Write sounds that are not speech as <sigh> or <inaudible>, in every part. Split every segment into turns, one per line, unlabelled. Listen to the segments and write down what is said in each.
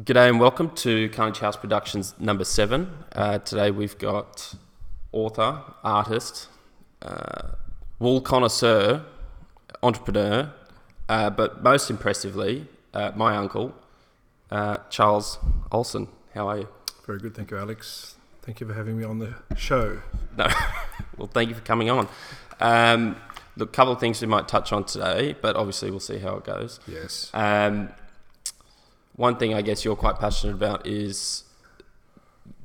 G'day and welcome to Carnage House Productions number seven. Uh, today we've got author, artist, uh, wool connoisseur, entrepreneur, uh, but most impressively, uh, my uncle, uh, Charles Olson. How are you?
Very good. Thank you, Alex. Thank you for having me on the show.
No, well, thank you for coming on. Um, look, a couple of things we might touch on today, but obviously we'll see how it goes.
Yes.
Um, one thing I guess you're quite passionate about is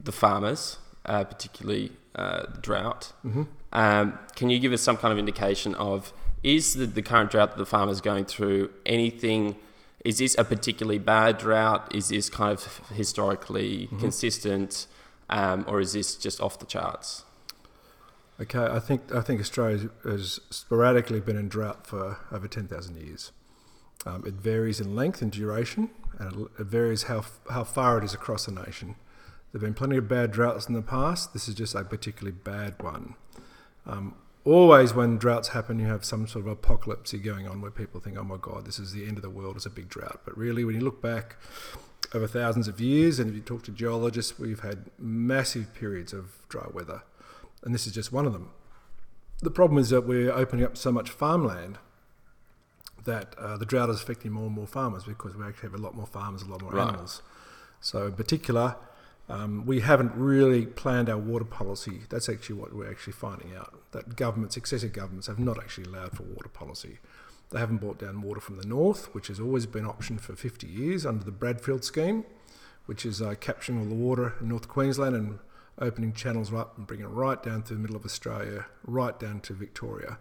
the farmers, uh, particularly uh, the drought.
Mhm.
Um, can you give us some kind of indication of is the, the current drought that the farmers going through anything? Is this a particularly bad drought? Is this kind of historically consistent, um, or is this just off the charts?
Okay. I think I think Australia has sporadically been in drought for over ten thousand years. Um, it varies in length and duration, and it, it varies how f- how far it is across a nation. There've been plenty of bad droughts in the past. This is just a particularly bad one. Um, always, when droughts happen, you have some sort of apocalypse going on where people think, "Oh my God, this is the end of the world. It's a big drought." But really, when you look back over thousands of years, and if you talk to geologists, we've had massive periods of dry weather, and this is just one of them. The problem is that we're opening up so much farmland that uh, the drought is affecting more and more farmers because we actually have a lot more farmers, a lot more
Right.
animals. So, in particular, um, we haven't really planned our water policy. That's actually what we're actually finding out that governments, successive governments, have not actually allowed for water policy. They haven't brought down water from the north, which has always been an option for 50 years under the Bradfield scheme, which is uh, capturing all the water in North Queensland and opening channels up and bringing it right down to the middle of Australia, right down to Victoria.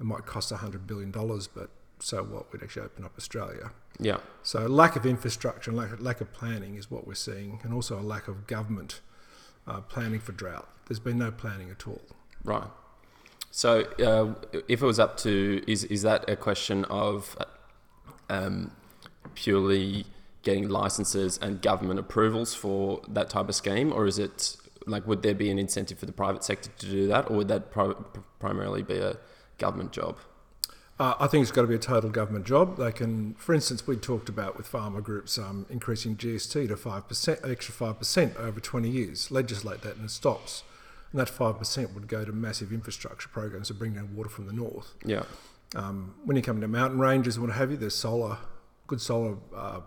It might cost $100 billion, but so what? We'd actually open up Australia.
Yeah,
So lack of infrastructure and lack, lack of planning is what we're seeing, and also a lack of government uh, planning for drought. There's been no planning at all.
right. So, uh, if it was up to, is is that a question of uh, um, purely getting licenses and government approvals for that type of scheme, or is it like would there be an incentive for the private sector to do that, or would that pri- primarily be a government job?
Uh, I think it's got to be a total government job. They can, for instance, we talked about with farmer groups um, increasing GST to five percent, extra five percent over twenty years. Legislate that, and it stops. And that five percent would go to massive infrastructure programs to bring down water from the north.
Yeah,
um, when you come to mountain ranges and what have you, there's solar, good solar uh,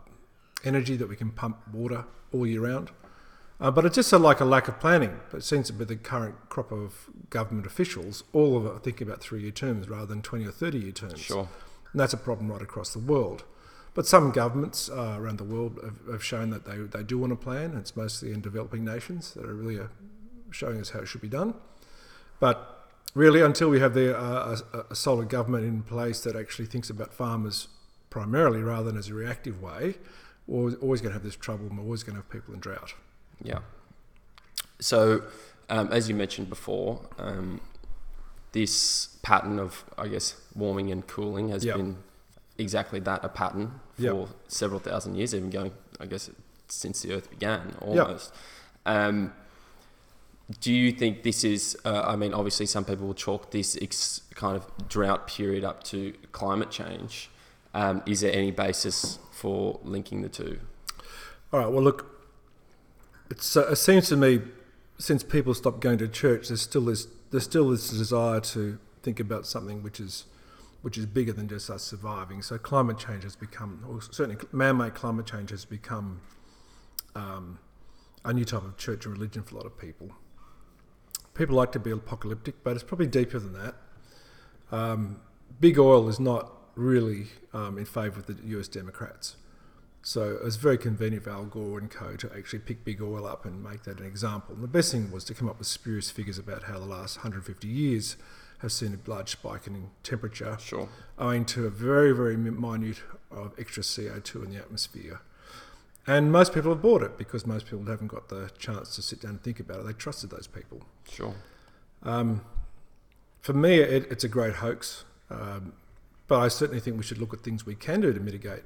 energy that we can pump water all year round. Uh, but it's just a, like a lack of planning. But it seems to be the current crop of government officials, all of it are thinking about three-year terms rather than 20 or 30-year terms.
sure.
And that's a problem right across the world. But some governments uh, around the world have, have shown that they, they do want to plan. It's mostly in developing nations that are really uh, showing us how it should be done. But really, until we have the, uh, a, a solid government in place that actually thinks about farmers primarily rather than as a reactive way, we're always going to have this trouble and we're always going to have people in drought.
Yeah. So, um, as you mentioned before, um, this pattern of, I guess, warming and cooling has
Yeah.
been exactly that a pattern for
Yeah.
several thousand years, even going, I guess, since the earth began almost. Um, do you think this is, uh, I mean, obviously, some people will chalk this ex- kind of drought period up to climate change. Um, is there any basis for linking the two?
All right. Well, look, it's, uh, it seems to me since people stopped going to church, there's still this there's still this desire to think about something which is which is bigger than just us surviving. So climate change has become, or certainly man-made climate change has become um, a new type of church and religion for a lot of people. People like to be apocalyptic, but it's probably deeper than that. Um, Big oil is not really um, in favour of the U.S. Democrats. So it was very convenient for Al Gore and co to actually pick big oil up and make that an example. And the best thing was to come up with spurious figures about how the last 150 years have seen a large spike in temperature
Sure.
owing to a very, very min- minute of extra CO2 in the atmosphere. And most people have bought it because most people haven't got the chance to sit down and think about it. They trusted those people.
Sure.
Um, for me, it, it's a great hoax, um, but I certainly think we should look at things we can do to mitigate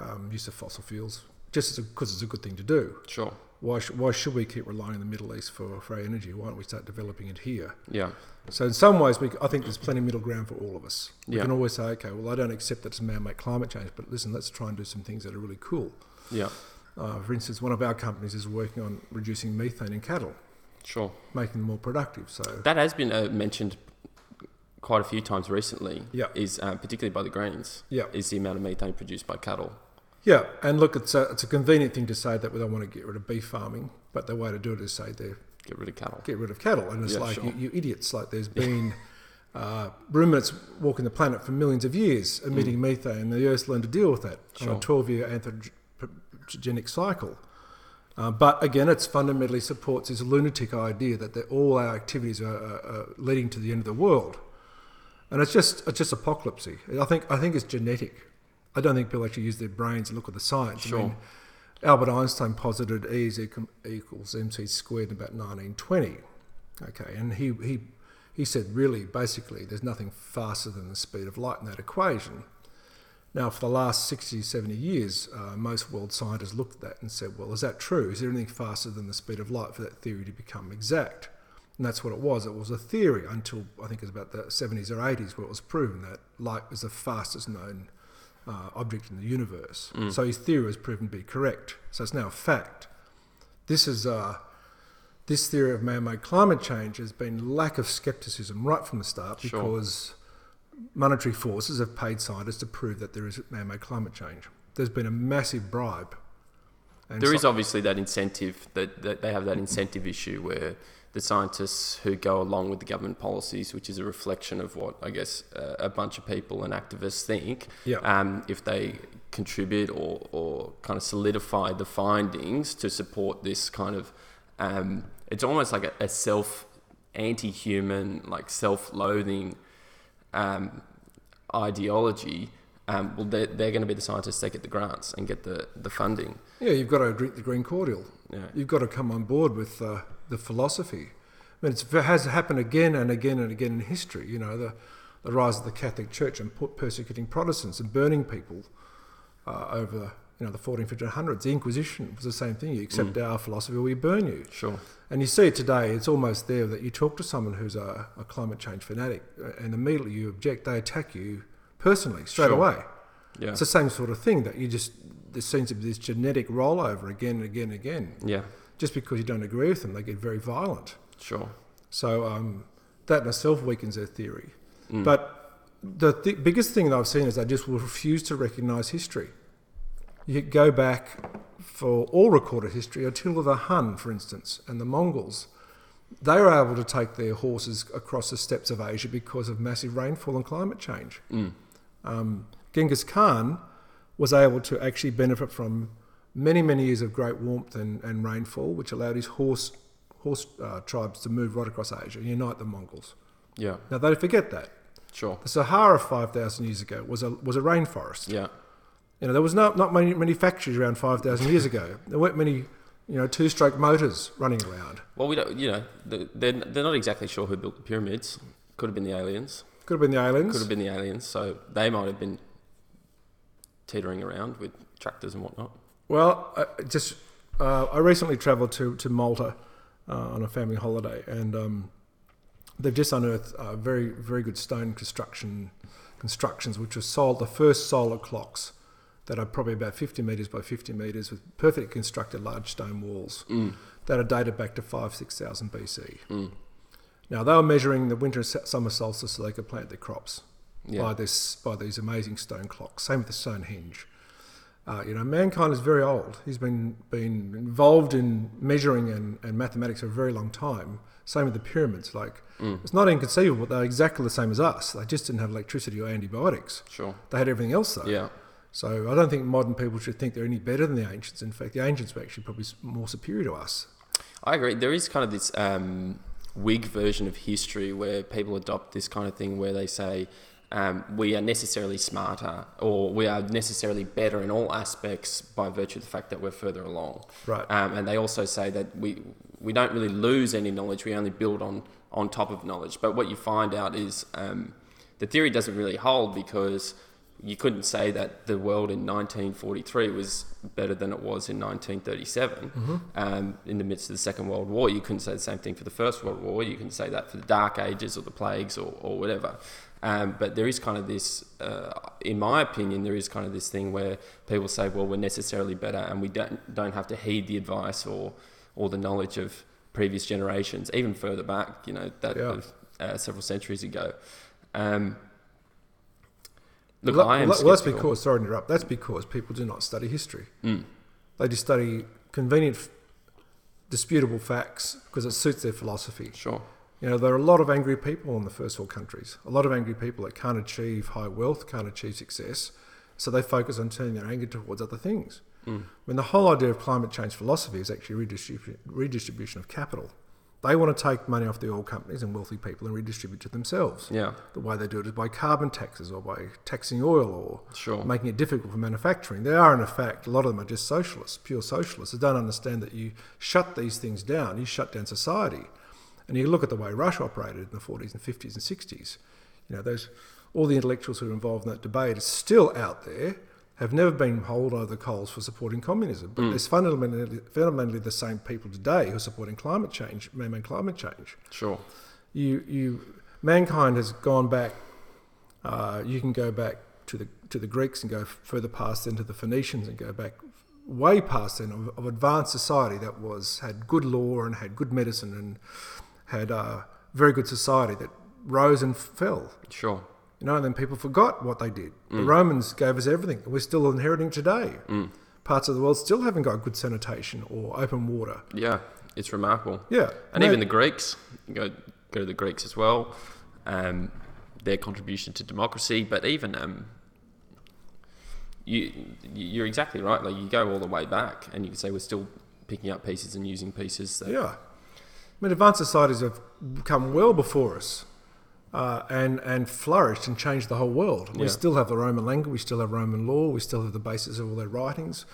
um, use of fossil fuels, just because it's a good thing to do.
Sure.
Why, sh- why should we keep relying on the Middle East for, for our energy? Why don't we start developing it here?
Yeah.
So in some ways, we, I think there's plenty of middle ground for all of us. We
Yeah.
can always say, okay, well, I don't accept that it's man-made climate change, but listen, let's try and do some things that are really cool.
Yeah.
Uh, for instance, one of our companies is working on reducing methane in cattle,
Sure.
making them more productive. So
That has been uh, mentioned quite a few times recently.
Yeah.
Is uh, particularly by the Greens.
Yeah.
Is the amount of methane produced by cattle.
yeah, and look, it's a, it's a convenient thing to say that we don't want to get rid of beef farming, but the way to do it is say they're
Get rid of cattle.
get rid of cattle. And it's
Yeah,
like,
sure.
you, you idiots, like there's been <laughs> uh, ruminants walking the planet for millions of years emitting methane, and the Earth's learned to deal with that on
Mm. Sure.
a 12 year anthropogenic cycle. Uh, but again, it's fundamentally supports this lunatic idea that they're- all our activities are, are, are leading to the end of the world. And it's just it's just apocalypse. I think I think it's genetic. I don't think people actually use their brains and look at the science. I mean,
Sure.
Albert Einstein posited E is equ- equals mc squared in about 1920. Okay, and he he he said really basically there's nothing faster than the speed of light in that equation. Now, for the last 60, 70 years, uh, most world scientists looked at that and said, well, is that true? Is there anything faster than the speed of light for that theory to become exact? And that's what it was. It was a theory until I think it was about the 70s or 80s where it was proven that light was the fastest known uh, object in the universe. So his theory was proven to be correct. So it's now a fact. This is uh, this theory of man-made climate change has been lack of skepticism right from the start
Sure.
because monetary forces have paid scientists to prove that there is man-made climate change. There's been a massive bribe. And
There
so-
is obviously that incentive that, that they have that incentive issue where the scientists who go along with the government policies, which is a reflection of what I guess uh, a bunch of people and activists think,
Yeah.
um, if they contribute or, or kind of solidify the findings to support this kind of, um, it's almost like a, a self anti-human, like self-loathing um, ideology. Um, well, they're, they're going to be the scientists that get the grants and get the, the funding.
yeah, you've got to drink the green cordial.
Yeah.
You've got to come on board with uh, the philosophy. I mean, it's, it has happened again and again and again in history. You know, the, the rise of the Catholic Church and put persecuting Protestants and burning people uh, over you know the 14, 1500s. The Inquisition was the same thing. You accept
Mm.
our philosophy, or we burn you.
Sure.
And you see it today. It's almost there that you talk to someone who's a, a climate change fanatic, uh, and immediately you object. They attack you personally straight
Sure.
away.
Yeah.
It's the same sort of thing that you just there seems to be this genetic rollover again and again and again
yeah.
just because you don't agree with them, they get very violent.
Sure.
So um, that in itself weakens their theory. But the th- biggest thing that I've seen is they just will refuse to recognise history. You go back for all recorded history until the Hun, for instance, and the Mongols. They were able to take their horses across the steppes of Asia because of massive rainfall and climate change. Um, Genghis Khan was able to actually benefit from many, many years of great warmth and, and rainfall, which allowed his horse horse uh, tribes to move right across Asia and unite the Mongols.
Yeah.
Now they forget that
Sure.
the Sahara five thousand years ago was a was a rainforest.
Yeah.
You know there was not not many many factories around five thousand years ago. There weren't many you know two stroke motors running around.
Well, we don't. You know, the- they're they're not exactly sure who built the pyramids. Could have been the aliens.
Could have been the aliens.
Could have been the aliens. So they might have been teetering around with tractors and whatnot.
Well, I just uh, I recently travelled to to Malta uh, on a family holiday, and um, they've just unearthed uh, very very good stone construction constructions, which were sold the first solar clocks that are probably about 50 meters by 50 meters with perfectly constructed large stone walls that are dated back to five six thousand BC. Now they were measuring the winter and su- summer solstice so they could plant their crops
Yeah.
by this by these amazing stone clocks. Same with the Stonehenge. Uh, you know, mankind is very old. He's been been involved in measuring and, and mathematics for a very long time. Same with the pyramids. Like,
Mm.
it's not inconceivable. They're exactly the same as us. They just didn't have electricity or antibiotics.
Sure.
They had everything else though.
Yeah.
So I don't think modern people should think they're any better than the ancients. In fact, the ancients were actually probably s- more superior to us.
I agree. There is kind of this um, Whig version of history where people adopt this kind of thing where they say um, we are necessarily smarter or we are necessarily better in all aspects by virtue of the fact that we're further along.
Right.
Um, and they also say that we we don't really lose any knowledge. We only build on on top of knowledge. But what you find out is um, the theory doesn't really hold because you couldn't say that the world in 1943 was better than it was in 1937. Um, in the midst of the Second World War, you couldn't say the same thing for the First World War. You couldn't say that for the Dark Ages or the plagues or, or whatever. Um, but there is kind of this, uh, in my opinion, there is kind of this thing where people say, well, we're necessarily better and we don't, don't have to heed the advice or, or the knowledge of previous generations, even further back, you know, that
Yeah.
of, uh, several centuries ago. Um, look,
Well,
I am
well, that's
skeptical.
because sorry to interrupt. That's because people do not study history.
Mm.
They just study convenient, f- disputable facts because it suits their philosophy.
Sure.
You know, there are a lot of angry people in the first world countries. A lot of angry people that can't achieve high wealth, can't achieve success, so they focus on turning their anger towards other things.
Mm.
When the whole idea of climate change philosophy is actually redistribution, redistribution of capital. They want to take money off the oil companies and wealthy people and redistribute to themselves.
Yeah.
The way they do it is by carbon taxes or by taxing oil or
Sure.
making it difficult for manufacturing. They are, in effect, a lot of them are just socialists, pure socialists. They don't understand that you shut these things down, you shut down society. And you look at the way Russia operated in the 40s and 50s and 60s. You know, those, all the intellectuals who are involved in that debate are still out there, have never been hauled over the coals for supporting communism. But there's fundamentally, fundamentally the same people today who are supporting climate change, man-made climate change
Sure.
you you mankind has gone back. Uh, you can go back to the to the Greeks and go f- further past into the Phoenicians and go back way past then of, of advanced society that was had good law and had good medicine and had uh, very good society that rose and fell.
Sure.
You know, and then people forgot what they did. The
Mm.
Romans gave us everything. We're still inheriting today. Parts of the world still haven't got good sanitation or open water.
Yeah. It's remarkable.
Yeah,
and
no-
even the Greeks go go to the Greeks as well. Um, their contribution to democracy, but even um, you you're exactly right. Like you go all the way back, and you can say we're still picking up pieces and using pieces. That,
Yeah. I mean, advanced societies have come well before us uh, and, and flourished and changed the whole world. We
Yeah.
still have the Roman language, we still have Roman law, we still have the basis of all their writings.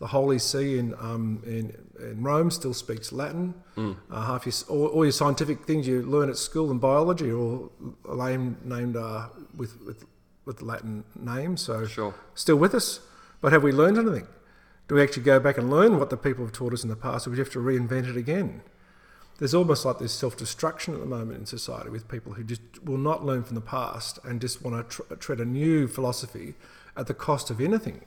The Holy See in, um, in, in Rome still speaks Latin. Uh, half your, all, all your scientific things you learn at school in biology are all lame, named uh, with, with, with Latin names. So
Sure.
still with us, but have we learned anything? Do we actually go back and learn what the people have taught us in the past, or do we have to reinvent it again? There's almost like this self destruction at the moment in society with people who just will not learn from the past and just want to tr- tread a new philosophy at the cost of anything.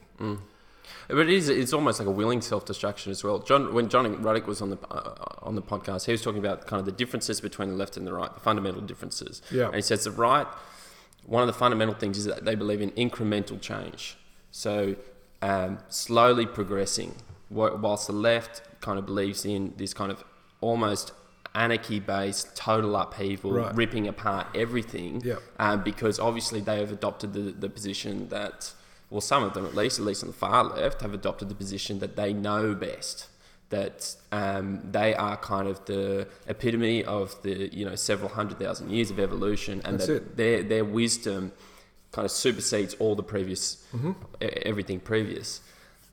But it is it's almost like a willing self destruction as well. John when Johnny Ruddick was on the uh, on the podcast, he was talking about kind of the differences between the left and the right, the fundamental differences.
Yeah.
And he says the right one of the fundamental things is that they believe in incremental change. So um, slowly progressing, wh- whilst the left kind of believes in this kind of almost anarchy based total upheaval,
Right.
ripping apart everything
Yeah.
um, because obviously they have adopted the, the position that, well, some of them at least, at least on the far left, have adopted the position that they know best. That um, they are kind of the epitome of the you know several hundred thousand years of evolution, and
That's
that
it.
their their wisdom kind of supersedes all the previous
Mm-hmm.
e- everything previous.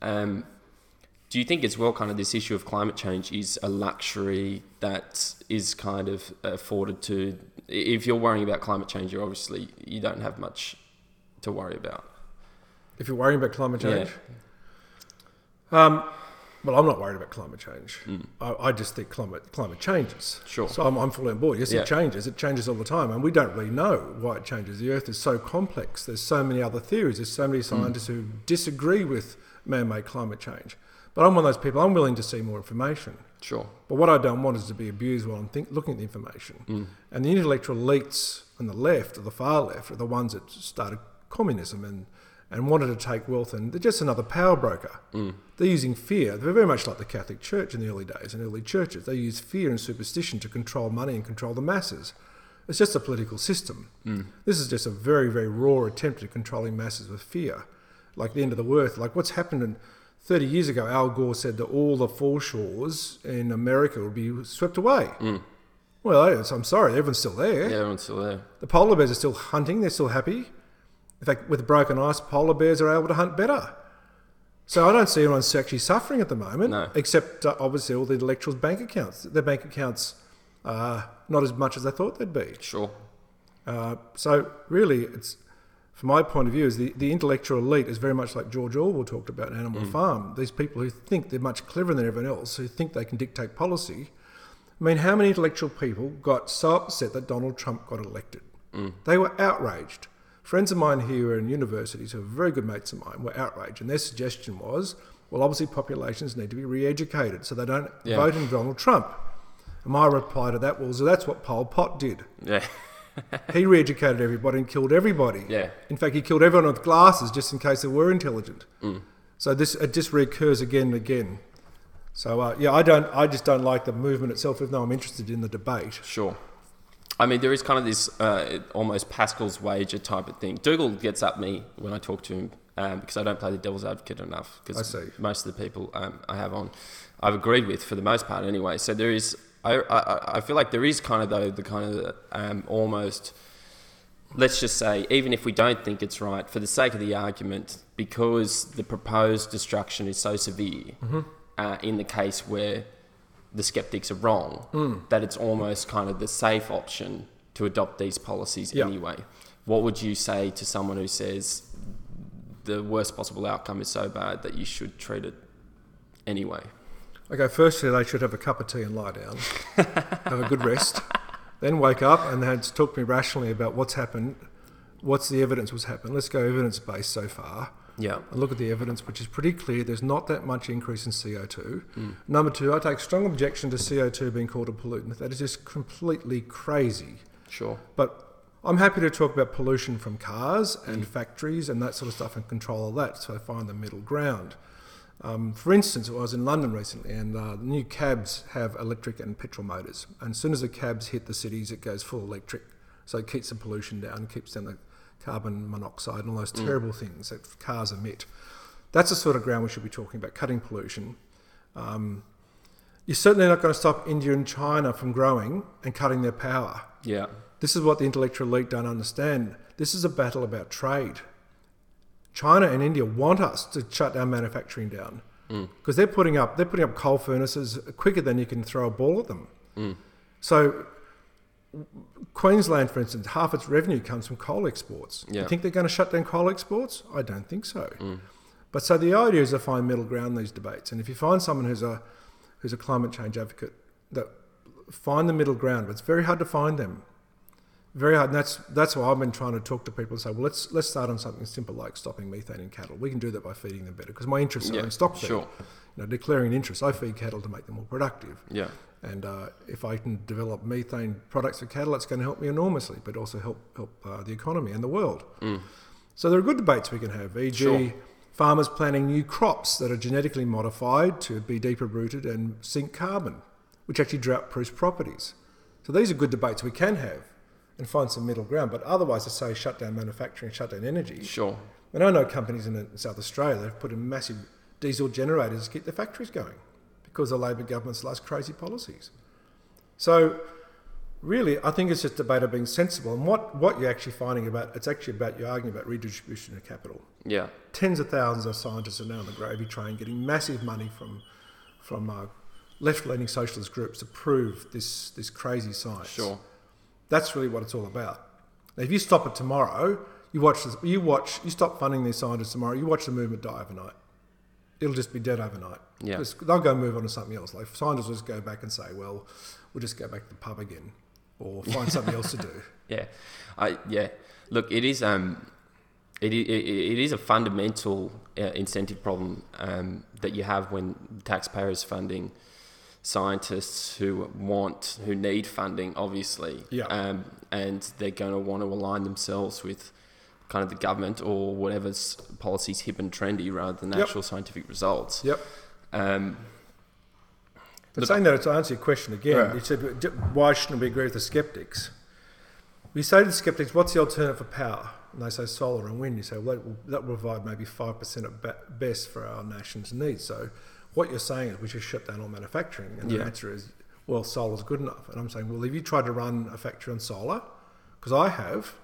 Um, do you think as well, kind of this issue of climate change is a luxury that is kind of afforded to? If you're worrying about climate change, you're obviously you don't have much to worry about.
If you're worrying about climate
Yeah.
change, um, well, I'm not worried about climate change. I, I just think climate climate changes.
Hmm. Sure.
So I'm, I'm fully on board. Yes,
Yeah.
it changes. It changes all the time, and we don't really know why it changes. The Earth is so complex. There's so many other theories. There's so many
Hmm.
scientists who disagree with man-made climate change. But I'm one of those people. I'm willing to see more information.
Sure.
But what I don't want is to be abused while I'm think, looking at the information. And the intellectual elites on the left or the far left are the ones that started communism and, and wanted to take wealth, and they're just another power broker. They're using fear. They're very much like the Catholic Church in the early days and early churches. They use fear and superstition to control money and control the masses. It's just a political system.
Mm.
This is just a very, very raw attempt at controlling masses with fear like the end of the earth. Like what's happened in 30 years ago, Al Gore said that all the foreshores in America would be swept away. Well, I- I'm sorry, everyone's still there.
Mm. Yeah, everyone's still there.
The polar bears are still hunting, they're still happy. In fact, with broken ice, polar bears are able to hunt better. So I don't see anyone actually suffering at the moment,
No.
except uh, obviously all the intellectuals' bank accounts. Their bank accounts are not as much as they thought they'd be.
Sure.
Uh, so really, it's from my point of view, is the, the intellectual elite is very much like George Orwell talked about in Animal Farm. These people who think they're much cleverer than everyone else, who think they can dictate policy. I mean, how many intellectual people got so upset that Donald Trump got elected? They were outraged. Friends of mine here in universities who are very good mates of mine were outraged, and their suggestion was, well, obviously populations need to be re-educated so they don't
Yeah.
vote in Donald Trump. And my reply to that was, that's what Pol Pot did. <laughs>
Yeah.
He re-educated everybody and killed everybody.
Yeah.
In fact, he killed everyone with glasses just in case they were intelligent. So this it just recurs again and again. So uh, yeah, I don't. I just don't like the movement itself, even though I'm interested in the debate.
Sure. I mean, there is kind of this uh, almost Pascal's wager type of thing. Dougal gets at me when I talk to him um, because I don't play the devil's advocate enough.
I
Because
see.
most of the people um, I have on, I've agreed with for the most part anyway. So there is, I, I, I feel like there is kind of though the kind of um, almost, let's just say, even if we don't think it's right, for the sake of the argument, because the proposed destruction is so severe uh, in the case where the skeptics are wrong, that it's almost kind of the safe option to adopt these policies
Yeah.
anyway. What would you say to someone who says the worst possible outcome is so bad that you should treat it anyway?
Okay, firstly they should have a cup of tea and lie down, have a good rest, then wake up and then talk to me rationally about what's happened, what's the evidence was happened. Let's go evidence based so far.
Yeah.
I look at the evidence, which is pretty clear. There's not that much increase in CO2. Number two, I take strong objection to CO2 being called a pollutant. That is just completely crazy.
Sure.
But I'm happy to talk about pollution from cars and factories and that sort of stuff and control of that. So I find the middle ground. Um, for instance, I was in London recently, and uh, the new cabs have electric and petrol motors. And as soon as the cabs hit the cities, it goes full electric, so it keeps the pollution down, keeps down the carbon monoxide and all those terrible things that cars emit. That's the sort of ground we should be talking about: cutting pollution. Um, you're certainly not going to stop India and China from growing and cutting their power.
Yeah.
This is what the intellectual elite don't understand. This is a battle about trade. China and India want us to shut our manufacturing down because they're putting up they're putting up coal furnaces quicker than you can throw a ball at them. So Queensland, for instance, half its revenue comes from coal exports.
Yeah.
You think they're going to shut down coal exports? I don't think so. But so the idea is to find middle ground in these debates, and if you find someone who's a who's a climate change advocate, that find the middle ground. But it's very hard to find them. Very hard, and that's that's why I've been trying to talk to people and say, well, let's let's start on something simple like stopping methane in cattle. We can do that by feeding them better because my interests are
Yeah,
in stock feed.
sure.
You know, declaring an interest, I feed cattle to make them more productive.
Yeah.
And uh, if I can develop methane products for cattle, it's going to help me enormously, but also help help uh, the economy and the world. So there are good debates we can have, e.g.,
Sure.
farmers planting new crops that are genetically modified to be deeper rooted and sink carbon, which actually drought-proof properties. So these are good debates we can have and find some middle ground. But otherwise, to say shut down manufacturing, shut down energy.
Sure.
And I know companies in in South Australia they've put in massive diesel generators to keep their factories going because the Labor government's last crazy policies. So really, I think it's just a debate of being sensible and what, what you're actually finding about it's actually about you're arguing about redistribution of capital.
Yeah.
Tens of thousands of scientists are now on the gravy train getting massive money from from uh, left-leaning socialist groups to prove this this crazy science.
Sure.
That's really what it's all about. Now, if you stop it tomorrow, you watch this, you watch you stop funding these scientists tomorrow, you watch the movement die overnight. It'll just be dead overnight.
Yeah.
'Cause They'll go move on to something else. Like scientists will just go back and say, well, we'll just go back to the pub again or find something else to do.
Yeah, I yeah. Look, it is um, it i- i- it is a fundamental uh, incentive problem um, that you have when taxpayers funding scientists who want who need funding, obviously.
Yeah.
Um, and they're going to want to align themselves with kind of the government or whatever's policies hip and trendy rather than
Yep.
actual scientific results.
Yep.
Um,
But
Look-
saying that, to answer your question again,
Yeah.
you said, "D- why shouldn't we agree with the skeptics? We say to the skeptics, what's the alternative for power? And they say solar and wind. You say, well, that will, that will provide maybe 5% at ba- best for our nation's needs. So what you're saying is we should shut down all manufacturing. And
Yeah.
the answer is, well, solar's good enough. And I'm saying, well, have you tried to run a factory on solar? Because I have.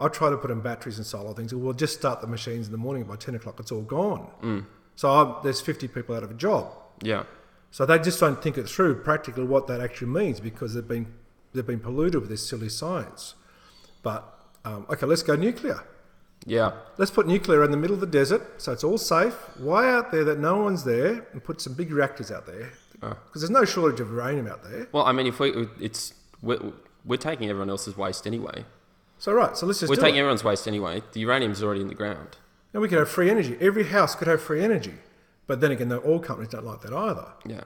I try to put in batteries and solar things. We'll just start the machines in the morning. By 10 o'clock, it's all gone.
Mm.
So I'm, there's 50 people out of a job.
yeah.
So they just don't think it through practically what that actually means because they've been they've been polluted with this silly science. But um, okay, let's go nuclear.
Yeah.
Let's put nuclear in the middle of the desert so it's all safe. Why out there that no one's there and put some big reactors out there because there's no shortage of uranium out there.
Well, I mean, if we it's we're, we're taking everyone else's waste anyway.
So right, so let's just
We're
do
taking
it.
everyone's waste anyway. The uranium's already in the ground.
And we could have free energy. Every house could have free energy. But then again, the oil companies don't like that either.
Yeah.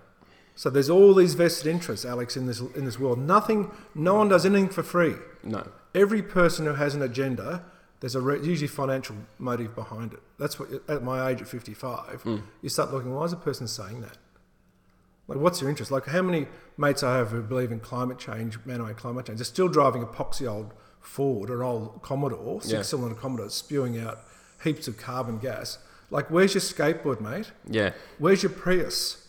So there's all these vested interests, Alex, in this in this world. Nothing, no one does anything for free.
No.
Every person who has an agenda, there's a re- usually financial motive behind it. That's what at my age at 55,
Hmm.
you start looking. Why is a person saying that? Like, what's your interest? Like, how many mates I have who believe in climate change, man-made climate change, they're still driving a poxy old Ford or old Commodore,
Yeah.
six-cylinder Commodore, spewing out heaps of carbon gas. Like, where's your skateboard, mate?
Yeah.
Where's your Prius?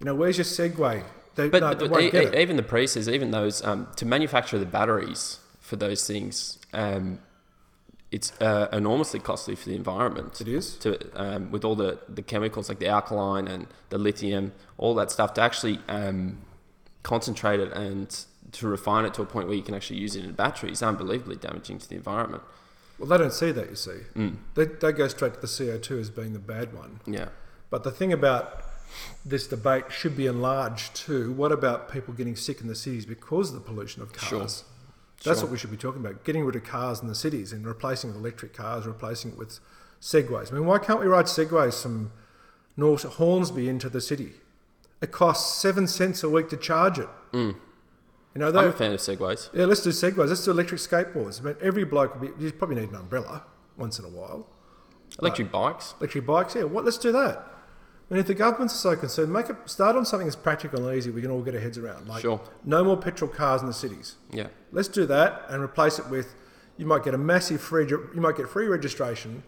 You know, where's your Segway? They,
But,
no,
but
they won't
e-
get
e-
it.
even the prices, even those um, to manufacture the batteries for those things, um, it's uh, enormously costly for the environment.
It is.
to um, with all the, the chemicals like the alkaline and the lithium, all that stuff to actually um, concentrate it and to refine it to a point where you can actually use it in batteries, unbelievably damaging to the environment.
Well, they don't see that, you see.
Mm.
They, they go straight to the CO2 as being the bad one.
Yeah,
But the thing about this debate should be enlarged to what about people getting sick in the cities because of the pollution of cars?
Sure.
That's
Sure.
what we should be talking about getting rid of cars in the cities and replacing with electric cars, replacing it with segways. I mean, why can't we ride segways from North Hornsby into the city? It costs seven cents a week to charge it. You know,
Mm. I'm
they,
a fan of segways.
yeah, let's do segways. Let's do electric skateboards. I mean, every bloke, will be, you probably need an umbrella once in a while. uh,
Electric bikes.
Electric bikes, yeah. What? Let's do that. And if the government's so concerned, make it start on something that's practical and easy. We can all get our heads around. Like,
Sure.
no more petrol cars in the cities.
Yeah,
Let's do that and replace it with. You might get a massive free. You might get free registration,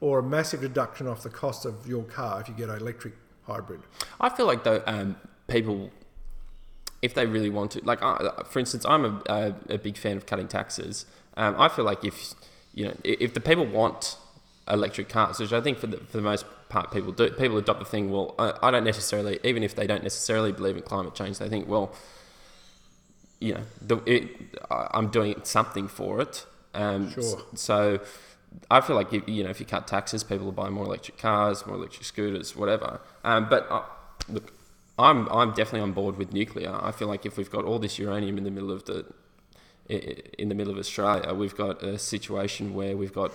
or a massive deduction off the cost of your car if you get an electric hybrid.
I feel like though um, people, if they really want to, like I, for instance, I'm a, a, a big fan of cutting taxes. Um, I feel like if you know i- if the people want electric cars, which I think for the, for the most part people do, people adopt the thing. Well, I, I don't necessarily, even if they don't necessarily believe in climate change, they think, well, you know, the, it, I- I'm doing something for it. Um,
Sure.
s- So I feel like, you, you know, if you cut taxes, people will buy more electric cars, more electric scooters, whatever. Um, but I, look, I'm, I'm definitely on board with nuclear. I feel like if we've got all this uranium in the middle of the, i- i- in the middle of Australia, we've got a situation where we've got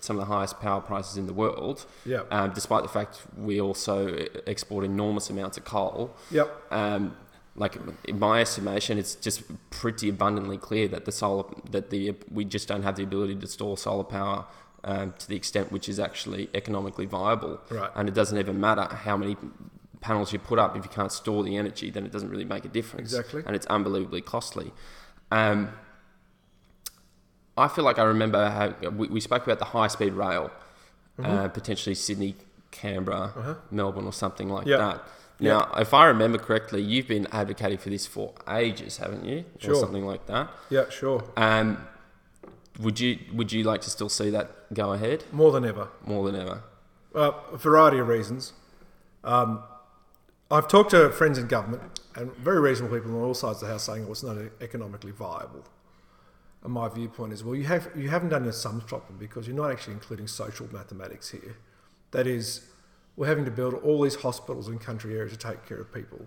some of the highest power prices in the world.
Yeah.
Um, despite the fact we also export enormous amounts of coal,
Yep.
um, like in my estimation, it's just pretty abundantly clear that the solar that the we just don't have the ability to store solar power um, to the extent which is actually economically viable.
Right.
And it doesn't even matter how many panels you put up if you can't store the energy, then it doesn't really make a difference.
Exactly.
And it's unbelievably costly. Um, I feel like I remember how we, we spoke about the high speed rail,
Mm-hmm.
uh, potentially Sydney, Canberra,
Uh-huh.
Melbourne, or something like
Yep.
that. Now, if I remember correctly, you've been advocating for this for ages, haven't you?
Sure.
Or something like that.
Yeah. Sure.
Um, would you would you like to still see that go ahead
More than ever.
more than ever?
Uh, a variety of reasons. Um, I've talked to friends in government and very reasonable people on all sides of the house saying, well, it's not economically viable. And my viewpoint is, well, you, have, you haven't done your sums properly because you're not actually including social mathematics here. That is, we're having to build all these hospitals in country areas to take care of people.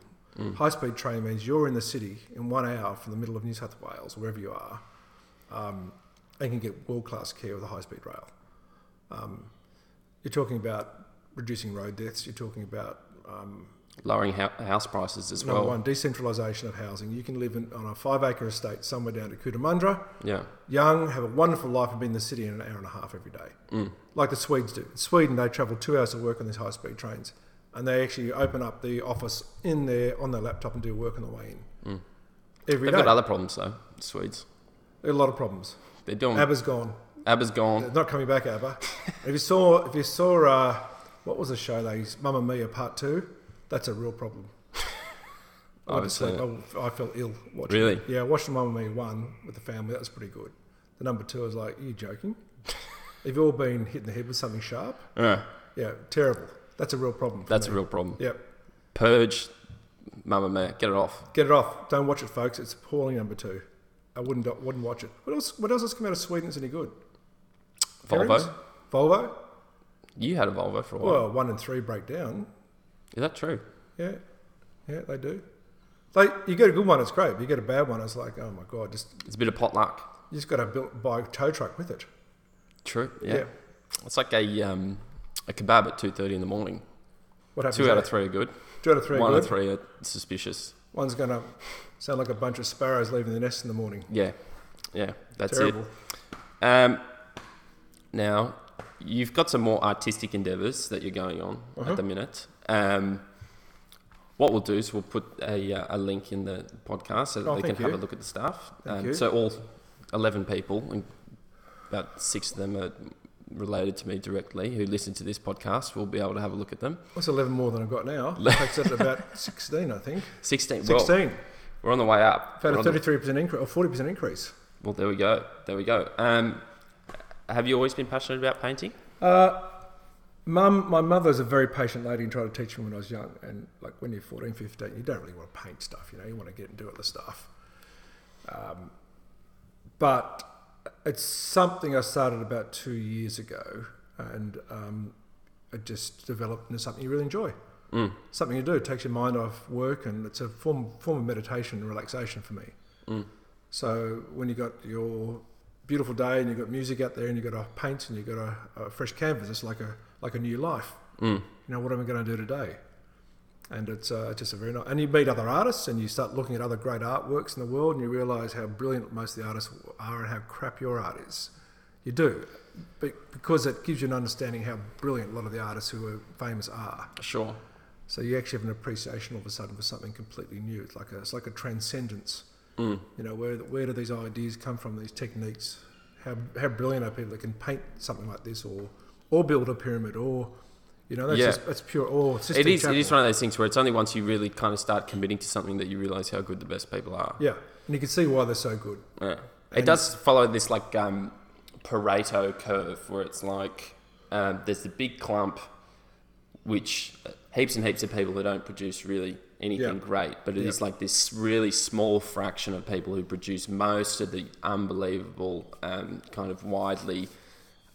High speed train means you're in the city in one hour from the middle of New South Wales, wherever you are, um, and can get world class care with a high speed rail you're talking about reducing road deaths. You're talking about um,
Lowering hou- house prices as
number
well.
one, decentralisation of housing. You can live in, on a five-acre estate somewhere down at Cootamundra,
Yeah.
young, have a wonderful life, and be in the city in an hour and a half every day,
Mm.
like the Swedes do. In Sweden, they travel two hours to work on these high-speed trains, and they actually open up the office in there on their laptop and do work on the way in. Every
Mm. They've
day.
got other problems though, the Swedes.
There are a lot of problems.
They're doing.
ABBA's gone.
Abba's gone.
They're not coming back, ABBA. if you saw, if you saw, uh, what was the show? They Mamma Mia Part Two. That's a real problem. I went to
Obviously.
sleep. I, I felt ill watching.
Really?
It. Yeah, I watched Mamma Mia one with the family. That was pretty good. The number two I was like, you joking? Have you all been hit in the head with something sharp?
Yeah,
Yeah, terrible. That's a real problem. For
that's a
me.
real problem.
Yep.
Purge, Mamma Mia, get it off.
Get it off. Don't watch it, folks. It's appalling. Number two. I wouldn't wouldn't watch it. What else? What else has come out of Sweden that's any good? Herrings?
Volvo.
Volvo.
You had a Volvo for a while.
Well, one and three break down.
Is that true?
Yeah, yeah, they do. They, you get a good one, it's great. But you get a bad one, it's like, oh my god, just
It's a bit of potluck.
You just got to build, buy a tow truck with it.
True. Yeah.
Yeah.
It's like a um, a kebab at two thirty in the morning.
What happens?
Two out
there?
of three are good.
Two out of three. are
One
good.
out of three are suspicious.
One's going to sound like a bunch of sparrows leaving the nest in the morning.
Yeah. Yeah. That's
Terrible.
it. Um, now, you've got some more artistic endeavours that you're going on
Uh-huh.
at the minute. Um, what we'll do is we'll put a, uh, a link in the podcast so that
Oh,
they can
thank
have
you.
a look at the stuff. Um,
Thank you.
So all eleven people, and about six of them are related to me directly, who listen to this podcast, will be able to have a look at them.
What's 11 more than I've
<laughs>
got now? Takes that to about 16, I think.
16. Well,
16.
we're on the way up.
I've had
We're
a
on the-
33% increase or 40% increase.
well, there we go. There we go. Um, have you always been passionate about painting?
Uh, Mum, my mother's a very patient lady and tried to teach me when I was young. And like when you're 14, 15, you don't really want to paint stuff, you know, you want to get and do other stuff. Um, but it's something I started about two years ago and um, it just developed into something you really enjoy.
Mm.
Something you do, it takes your mind off work and it's a form, form of meditation and relaxation for me.
Mm.
So when you got your beautiful day and you've got music out there and you've got a paint and you've got a, a fresh canvas, it's like a like a new life.
Mm.
You know, what am I going to do today? And it's uh, just a very nice. And you meet other artists and you start looking at other great artworks in the world and you realise how brilliant most of the artists are and how crap your art is. You do, but because it gives you an understanding how brilliant a lot of the artists who are famous are.
Sure.
So you actually have an appreciation all of a sudden for something completely new. It's like a, it's like a transcendence.
Mm.
You know, where where do these ideas come from? These techniques? How how brilliant are people that can paint something like this, or or build a pyramid, or you know, that's
Yeah.
just that's pure. Or
It is, it is one of those things where it's only once you really kind of start committing to something that you realize how good the best people are.
Yeah, and you can see why they're so good.
Yeah. It
And-
does follow this like um, Pareto curve where it's like um, there's the big clump, which uh, heaps and heaps of people who don't produce really anything
Yeah.
great, but it is
Yeah.
like this really small fraction of people who produce most of the unbelievable, um, kind of widely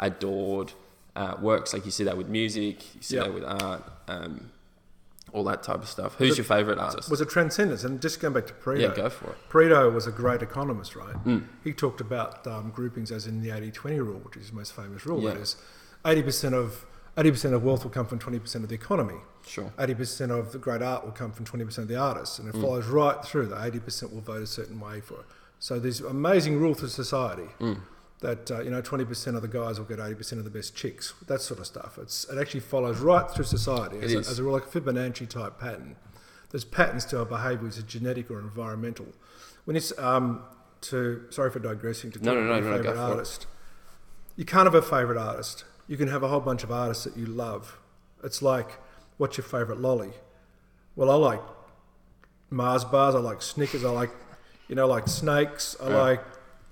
adored uh, works. Like you see that with music, you see
Yeah.
that with art. Um, all that type of stuff. Who's your favourite artist?
Was a transcendence, and just going back to Pareto.
Yeah, go Mm. for it.
Pareto was a great economist, right? He talked about um, groupings as in the 80-20 rule, which is his most famous rule. That
Yeah.
is, eighty percent of eighty percent of wealth will come from twenty percent of the economy.
Sure. Mm.
Eighty percent of the great art will come from twenty percent of the artists, and it follows right through. The eighty percent will vote a certain way for it. So there's amazing rule through society
Mm.
that uh, you know twenty percent of the guys will get eighty percent of the best chicks. That sort of stuff. It's it actually follows right through society as, a,
is.
as a real like Fibonacci type pattern. There's patterns to our behaviour, which are genetic or environmental. When it's um, to sorry for digressing to
No,
talk
no, no,
about
no,
your
no, go
favourite
for it.
artist. You can't have a favourite artist. You can have a whole bunch of artists that you love. It's like, what's your favourite lolly? Well, I like Mars bars. I like Snickers. I like, you know, like snakes. I
Yeah. Mm.
like,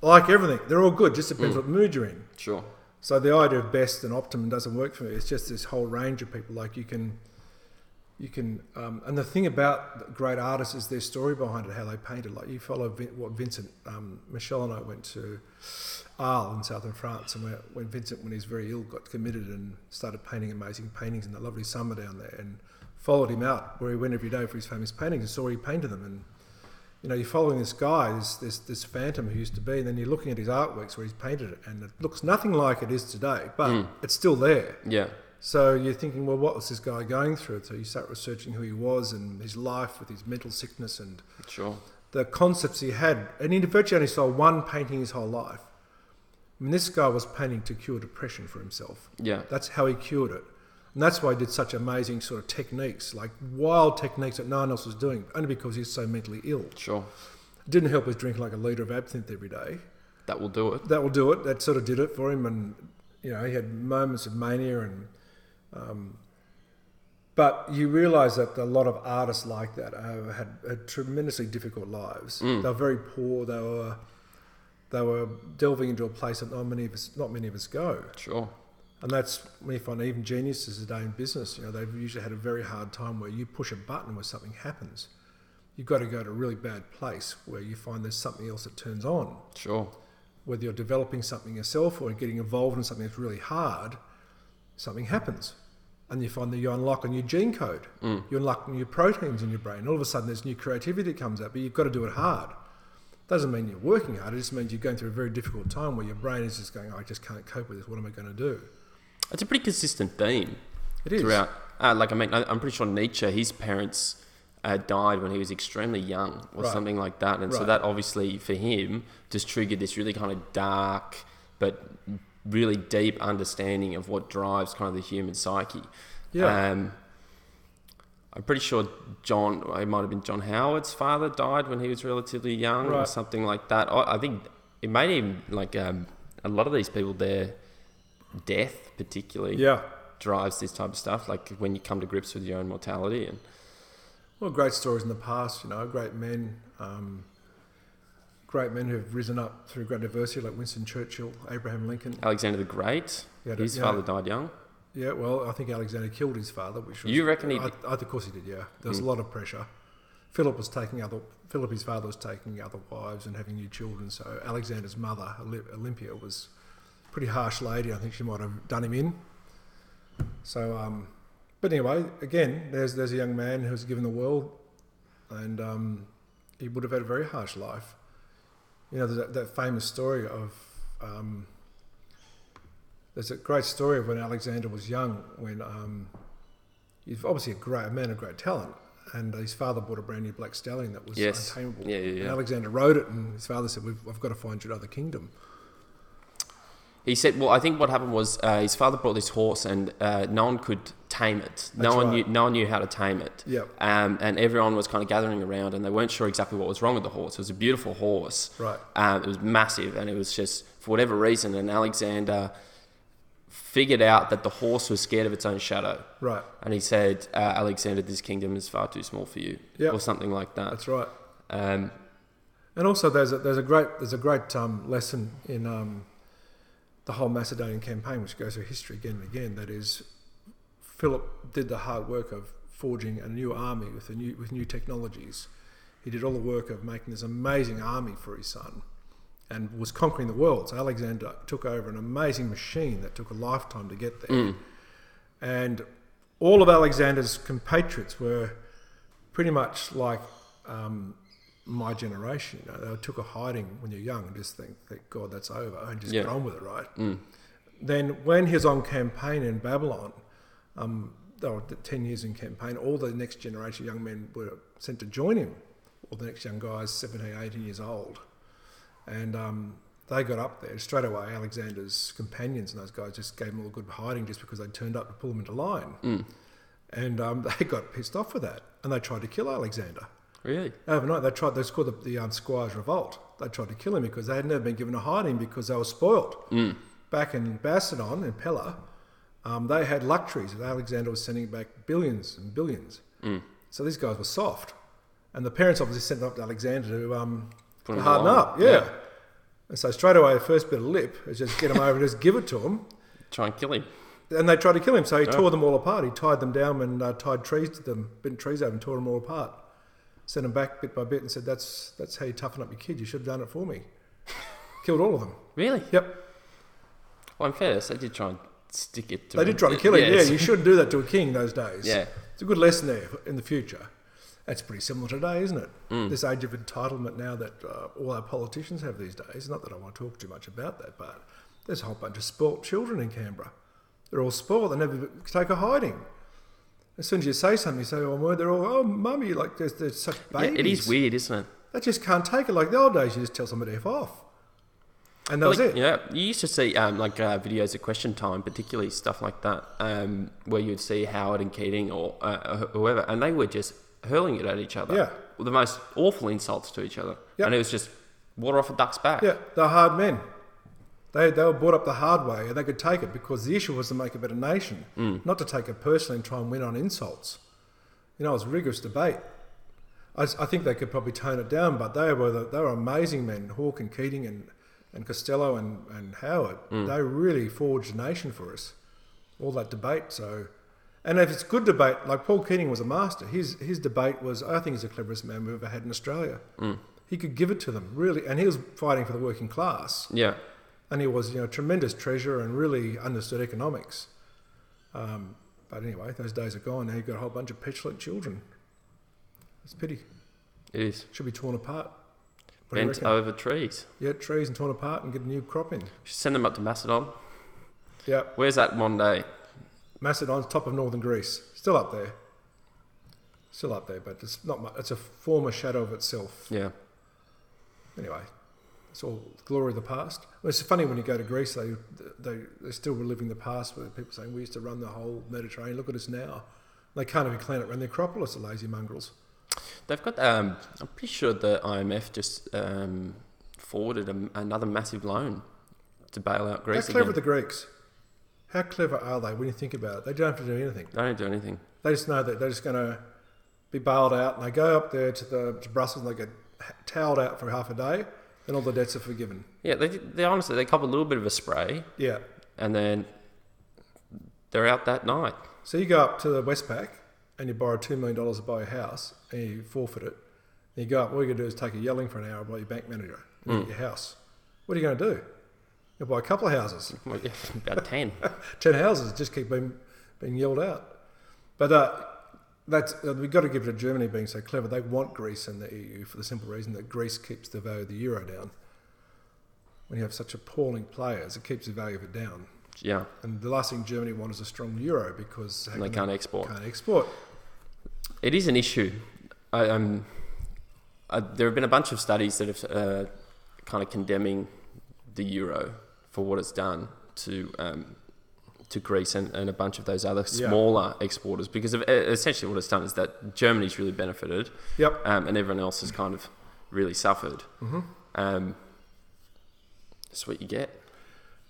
I like everything. They're all good. Just depends what mood you're in.
Sure.
So the idea of best and optimum doesn't work for me. It's just this whole range of people. Like you can, you can, um, and the thing about great artists is their story behind it, how they painted. Like you follow Vin- what Vincent, um, Michelle and I went to Arles in southern France, and where, when Vincent, when he was very ill, got committed and started painting amazing paintings in the lovely summer down there, and followed him out where he went every day for his famous paintings and saw he painted them and you know, you're following this guy, this, this this phantom who used to be, and then you're looking at his artworks where he's painted it, and it looks nothing like it is today, but it's still there.
Yeah.
So you're thinking, well, what was this guy going through? So you start researching who he was and his life with his mental sickness and
Sure.
the concepts he had. And he virtually only saw one painting his whole life. I mean, this guy was painting to cure depression for himself.
Yeah.
That's how he cured it. And that's why he did such amazing sort of techniques, like wild techniques that no one else was doing, only because he's so mentally ill.
Sure.
Didn't help us drink like a litre of absinthe every day.
That will do it.
That will do it. That sort of did it for him, and you know he had moments of mania and. Um, but you realise that a lot of artists like that uh, had, had tremendously difficult lives. They were very poor. They were they were delving into a place that not many of us not many of us go.
Sure.
And that's when you find even geniuses today in business, you know, they've usually had a very hard time where you push a button where something happens. You've got to go to a really bad place where you find there's something else that turns on.
Sure.
Whether you're developing something yourself or getting involved in something that's really hard, something happens. And you find that you unlock a new gene code. You unlock new proteins in your brain. All of a sudden there's new creativity that comes out, but you've got to do it hard. Doesn't mean you're working hard. It just means you're going through a very difficult time where your brain is just going, I just can't cope with this. What am I going to do?
It's a pretty consistent theme
It is.
throughout. Uh, like I mean, I- I'm pretty sure Nietzsche, his parents uh, died when he was extremely young, or
Right.
something like that, and so
Right.
that obviously for him just triggered this really kind of dark but really deep understanding of what drives kind of the human psyche.
Yeah.
Um, I'm pretty sure John, it might have been John Howard's father died when he was relatively young or
Right.
something like that. I, I think it made him like um, a lot of these people, their death particularly
yeah.
drives this type of stuff. Like when you come to grips with your own mortality and
Well, great stories in the past, you know, great men, um, great men who've risen up through great adversity, like Winston Churchill, Abraham Lincoln.
Alexander the Great,
Yeah,
his
yeah.
father died young.
Yeah, well, I think Alexander killed his father, which was
You reckon he Hmm.
I, I, of course he did. Yeah, there was a lot of pressure. Philip was taking other Philip, his father was taking other wives and having new children. So Alexander's mother, Oli- Olympia, was a pretty harsh lady. I think she might have done him in. So, um, but anyway, again, there's there's a young man who was given the world, and um, he would have had a very harsh life. You know, there's that, that famous story of. Um, there's a great story of when Alexander was young, when um, he's obviously a great a man of great talent, and his father bought a brand new black stallion that was
Yes.
untamable.
Yeah, yeah,
And
yeah.
Alexander rode it, and his father said, We've, "I've got to find you another kingdom."
He said, "Well, I think what happened was uh, his father brought this horse, and uh, no one could tame it. no
That's
one
right.
knew. No one knew how to tame it.
Yep.
Um, and everyone was kind of gathering around, and they weren't sure exactly what was wrong with the horse. It was a beautiful horse.
Right.
Um, it was massive, and it was just for whatever reason. And Alexander figured out that the horse was scared of its own shadow,
Right.
and he said, uh, "Alexander, this kingdom is far too small for you,"
Yep.
or something like that.
That's right.
Um,
And also, there's a, there's a great there's a great um, lesson in um, the whole Macedonian campaign, which goes through history again and again. That is, Philip did the hard work of forging a new army with a new with new technologies. He did all the work of making this amazing army for his son, and was conquering the world. So Alexander took over an amazing machine that took a lifetime to get there, and all of Alexander's compatriots were pretty much like um, my generation. You know, they took a hiding when you're young and just think, "Thank God that's over," and just
Yeah.
get on with it, right?
mm.
Then when he was on campaign in Babylon, um, they were t- ten years in campaign. All the next generation of young men were sent to join him. All the next young guys, 17, 18 years old, and um, they got up there straight away. Alexander's companions and those guys just gave him all a good hiding just because they turned up to pull him into line. And um, <laughs> they got pissed off with that, and they tried to kill Alexander
really?
overnight. They tried. They called the, the um, Squires Revolt. They tried to kill him because they had never been given a hiding because they were spoiled.
Mm.
Back in Basildon and Pella, um, they had luxuries. and Alexander was sending back billions and billions.
Mm.
So these guys were soft, and the parents obviously sent them up to Alexander to um,
Put him in
harden
line.
up. Yeah.
Yeah.
And so straight away, the first bit of lip is just get him over and just give it to him.
Try and kill him.
And they tried to kill him, so he tore them all apart. He tied them down and uh, tied trees to them, bent trees over and tore them all apart. Sent them back bit by bit and said, "That's that's how you toughen up your kid. You should have done it for me." <laughs> Killed all of them.
Really?
Yep,
Well, in fairness, they did try and stick it. to
they
him.
did try to kill him.
Yes.
Yeah, you shouldn't do that to a king those days.
Yeah.
it's a good lesson there in the future. That's pretty similar today, isn't it?
Mm.
This age of entitlement now that uh, all our politicians have these days. Not that I want to talk too much about that, but there's a whole bunch of spoilt children in Canberra. They're all spoilt. They never take a hiding. As soon as you say something, you say one word, they're all, oh, mummy, like there's, there's such
Yeah,
babies.
it is weird, isn't it?
They just can't take it. Like the old days, you just tell somebody F off. And that was
Like,
it.
Yeah, you used to see um, like uh, videos of Question Time, particularly stuff like that, um, where you'd see Howard and Keating or uh, wh- whoever, and they were just hurling it at each other.
Yeah.
With the most awful insults to each other,
Yep.
and it was just water off a duck's back.
Yeah, they're hard men. They, they were brought up the hard way and they could take it because the issue was to make a better nation, not to take it personally and try and win on insults. You know, it was rigorous debate. I, s- I think they could probably tone it down, but they were the, they were amazing men. Hawke and Keating and, and Costello and, and Howard, they really forged a nation for us. All that debate. So, and if it's good debate, like Paul Keating was a master. His his debate was, I think, he's the cleverest man we've ever had in Australia. He could give it to them really, and he was fighting for the working class
Yeah.
and he was you know a tremendous treasure and really understood economics. Um, but anyway, those days are gone. Now you've got a whole bunch of petulant children. It's a pity.
It is.
Should be torn apart. What do you
bent
reckon?
over trees.
Yeah, trees and torn apart and get a new crop in.
Should send them up to Macedon.
Yeah,
Where's that one day?
Macedon's top of northern Greece, still up there. Still up there, but it's not. Much, it's a former shadow of itself.
Yeah.
Anyway, it's all glory of the past. Well, it's funny when you go to Greece; they they they're still reliving the past. Where people saying we used to run the whole Mediterranean. Look at us now. They can't even clean it around the Acropolis. The lazy mongrels.
They've got. Um, I'm pretty sure the IMF just um, forwarded a, another massive loan to bail out Greece
How
again.
clever are the Greeks? How clever are they when you think about it? They don't have to do anything.
they don't do anything.
They just know that they're just going to be bailed out, and they go up there to the to Brussels and they get h- toweled out for half a day, and all the debts are forgiven.
Yeah, they, they honestly they cop a little bit of a spray
Yeah.
and then they're out that night.
So you go up to the Westpac and you borrow two million dollars to buy a house and you forfeit it. And you go up. All you going to do is take a yelling for an hour by your bank manager and get your house. What are you going to do? You'll buy a couple of houses.
Well, yeah, <laughs> About ten.
10 houses just keep being, being yelled out. But uh, that's, uh, we've got to give it to Germany being so clever. They want Greece in the EU for the simple reason that Greece keeps the value of the euro down. When you have such appalling players, it keeps the value of it down.
Yeah,
And the last thing Germany wants is a strong euro because how
and they
can
can't export.
can't export.
It is an issue. I, um, I, there have been a bunch of studies that have uh, kind of condemning the euro for what it's done to um, to Greece and, and a bunch of those other
Yeah.
smaller exporters because of, e- essentially what it's done is that Germany's really benefited
Yep.
um, and everyone else has kind of really suffered.
hmm
Um, that's what you get.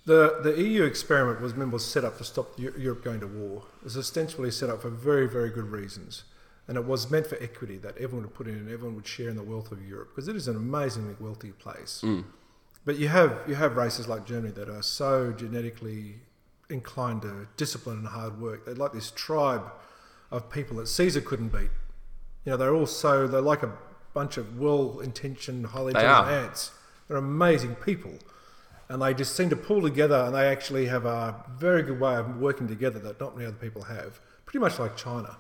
The, the EU experiment was, remember, was set up to stop Eu- Europe going to war. It was ostensibly set up for very, very good reasons. And it was meant for equity that everyone would put in and everyone would share in the wealth of Europe because it is an amazingly wealthy place.
Mm.
But you have, you have races like Germany that are so genetically inclined to discipline and hard work. They're like this tribe of people that Caesar couldn't beat. You know, they're all so, they're like a bunch of well intentioned, highly
They
intelligent
are.
ants. They're amazing people and they just seem to pull together and they actually have a very good way of working together that not many other people have pretty much like china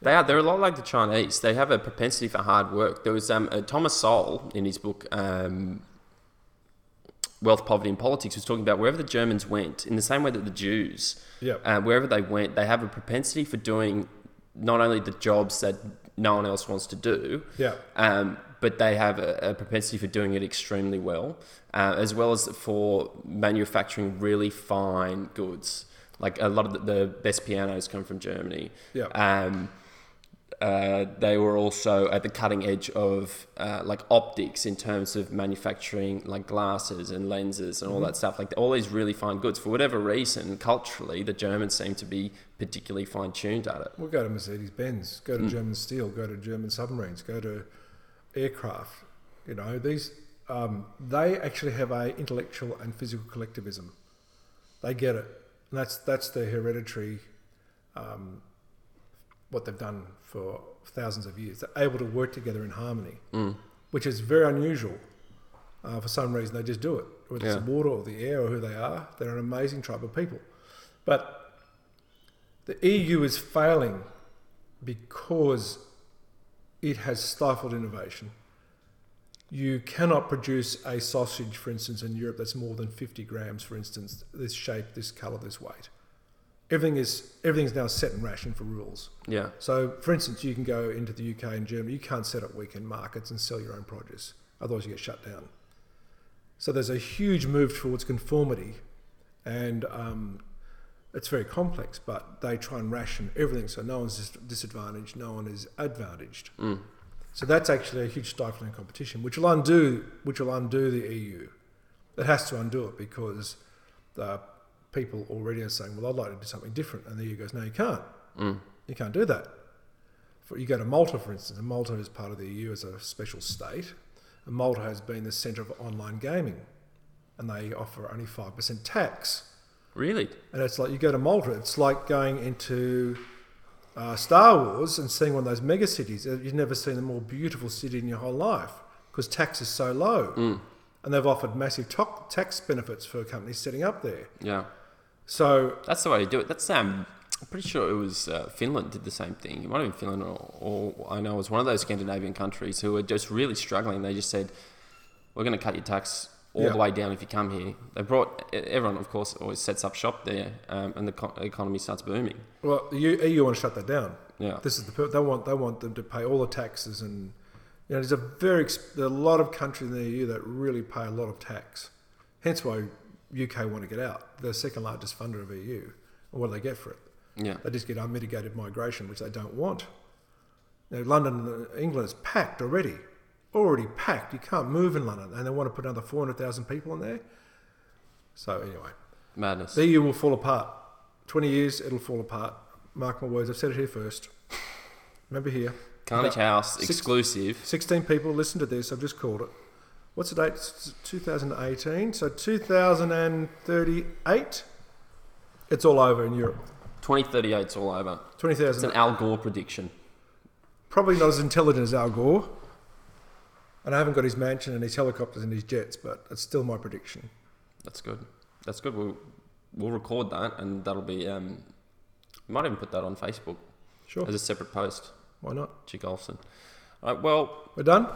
They are. They're a lot like the Chinese. They have a propensity for hard work. There was um, uh, Thomas Sowell in his book um, Wealth, Poverty, and Politics was talking about wherever the Germans went, in the same way that the Jews,
yeah
uh, wherever they went, they have a propensity for doing not only the jobs that no one else wants to do,
yeah
um, but they have a, a propensity for doing it extremely well, uh, as well as for manufacturing really fine goods. Like a lot of the, the best pianos come from Germany.
yeah
Um, uh, they were also at the cutting edge of uh, like optics in terms of manufacturing like glasses and lenses and all that stuff. Like all these really fine goods. For whatever reason, culturally, the Germans seem to be particularly fine tuned at it.
we'll go to mercedes benz go to german steel go to german submarines go to aircraft you know these um, they actually have a intellectual and physical collectivism they get it and that's that's their hereditary um, what they've done for thousands of years they're able to work together in harmony
Mm.
which is very unusual. Uh, for some reason, they just do it, whether
Yeah.
it's the water or the air or who they are. They're an amazing tribe of people. But the EU is failing because it has stifled innovation. You cannot produce a sausage, for instance, in Europe that's more than 50 grams, for instance, this shape, this colour, this weight. Everything is, everything's now set and rationed for rules.
Yeah.
So, for instance, you can go into the UK and Germany, you can't set up weekend markets and sell your own produce, otherwise, you get shut down. So, there's a huge move towards conformity, and um, it's very complex, but they try and ration everything so no one's dis- disadvantaged, no one is advantaged.
Mm.
So, that's actually a huge stifling competition, which will undo, which will undo the EU. It has to undo it because the people already are saying, Well, I'd like to do something different. And the EU goes, No, you can't.
Mm.
You can't do that. For, you go to Malta, for instance, and Malta is part of the EU as a special state. And Malta has been the centre of online gaming, and they offer only 5% tax.
Really?
And it's like you go to Malta, it's like going into uh, Star Wars and seeing one of those mega cities. Uh, You've never seen a more beautiful city in your whole life because tax is so low. And they've offered massive to- tax benefits for companies setting up there.
Yeah.
So
That's the way to do it. That's um, I'm pretty sure it was uh, Finland did the same thing. It might have been Finland or, or I know it was one of those Scandinavian countries who were just really struggling. They just said, we're going to cut your tax all
Yeah.
the way down if you come here. They brought e- everyone, of course, always sets up shop there, um, and the co- economy starts booming.
Well, the E EU, EU want to shut that down.
Yeah,
This is the per- they want they want them to pay all the taxes and you know there's a very ex- there are a lot of countries in the EU that really pay a lot of tax. Hence why UK want to get out. They're the second largest funder of EU. And what do they get for it?
yeah,
They just get unmitigated migration, which they don't want. Now, London, uh, England is packed already, already packed. You can't move in London, and they want to put another four hundred thousand people in there. So anyway,
madness.
the EU will fall apart. Twenty years, it'll fall apart. Mark my words. I've said it here first. Remember here,
Carnage House
six-
exclusive.
sixteen people listen to this. I've just called it. What's the date? Two thousand eighteen. So two thousand and thirty-eight. It's all over in Europe.
2038's all over.
Twenty
It's
thousand.
an Al Gore prediction.
probably not as intelligent as Al Gore. And I haven't got his mansion and his helicopters and his jets, but it's still my prediction.
That's good. That's good. We'll we'll record that, and that'll be. Um, we might even put that on Facebook
Sure.
as a separate post.
Why not?
Chick Olsen. All right. Well,
We're done?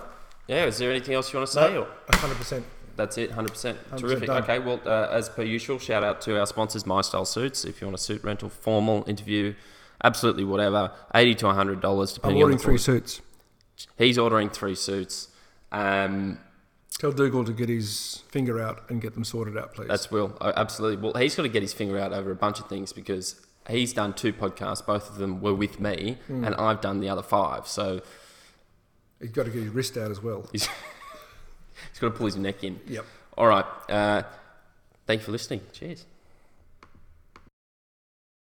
yeah. Is there anything else you want to say?
No.
Or?
100%.
That's it, 100%.
100%
Terrific.
done.
Okay, well, uh, as per usual, shout out to our sponsors, My Style Suits. If you want a suit rental, formal interview, absolutely whatever, 80 to $100,
I'm
depending on
ordering
the three.
three suits.
He's ordering three suits. Um,
Tell Dougal to get his finger out and get them sorted out, please.
that's Will. Oh, absolutely. Well, he's got to get his finger out over a bunch of things because he's done two podcasts. Both of them were with me, and I've done the other five. So
He's got to get his wrist out as well.
he's, he's got to pull his neck in.
Yep.
All right. Uh, thank you for listening. Cheers.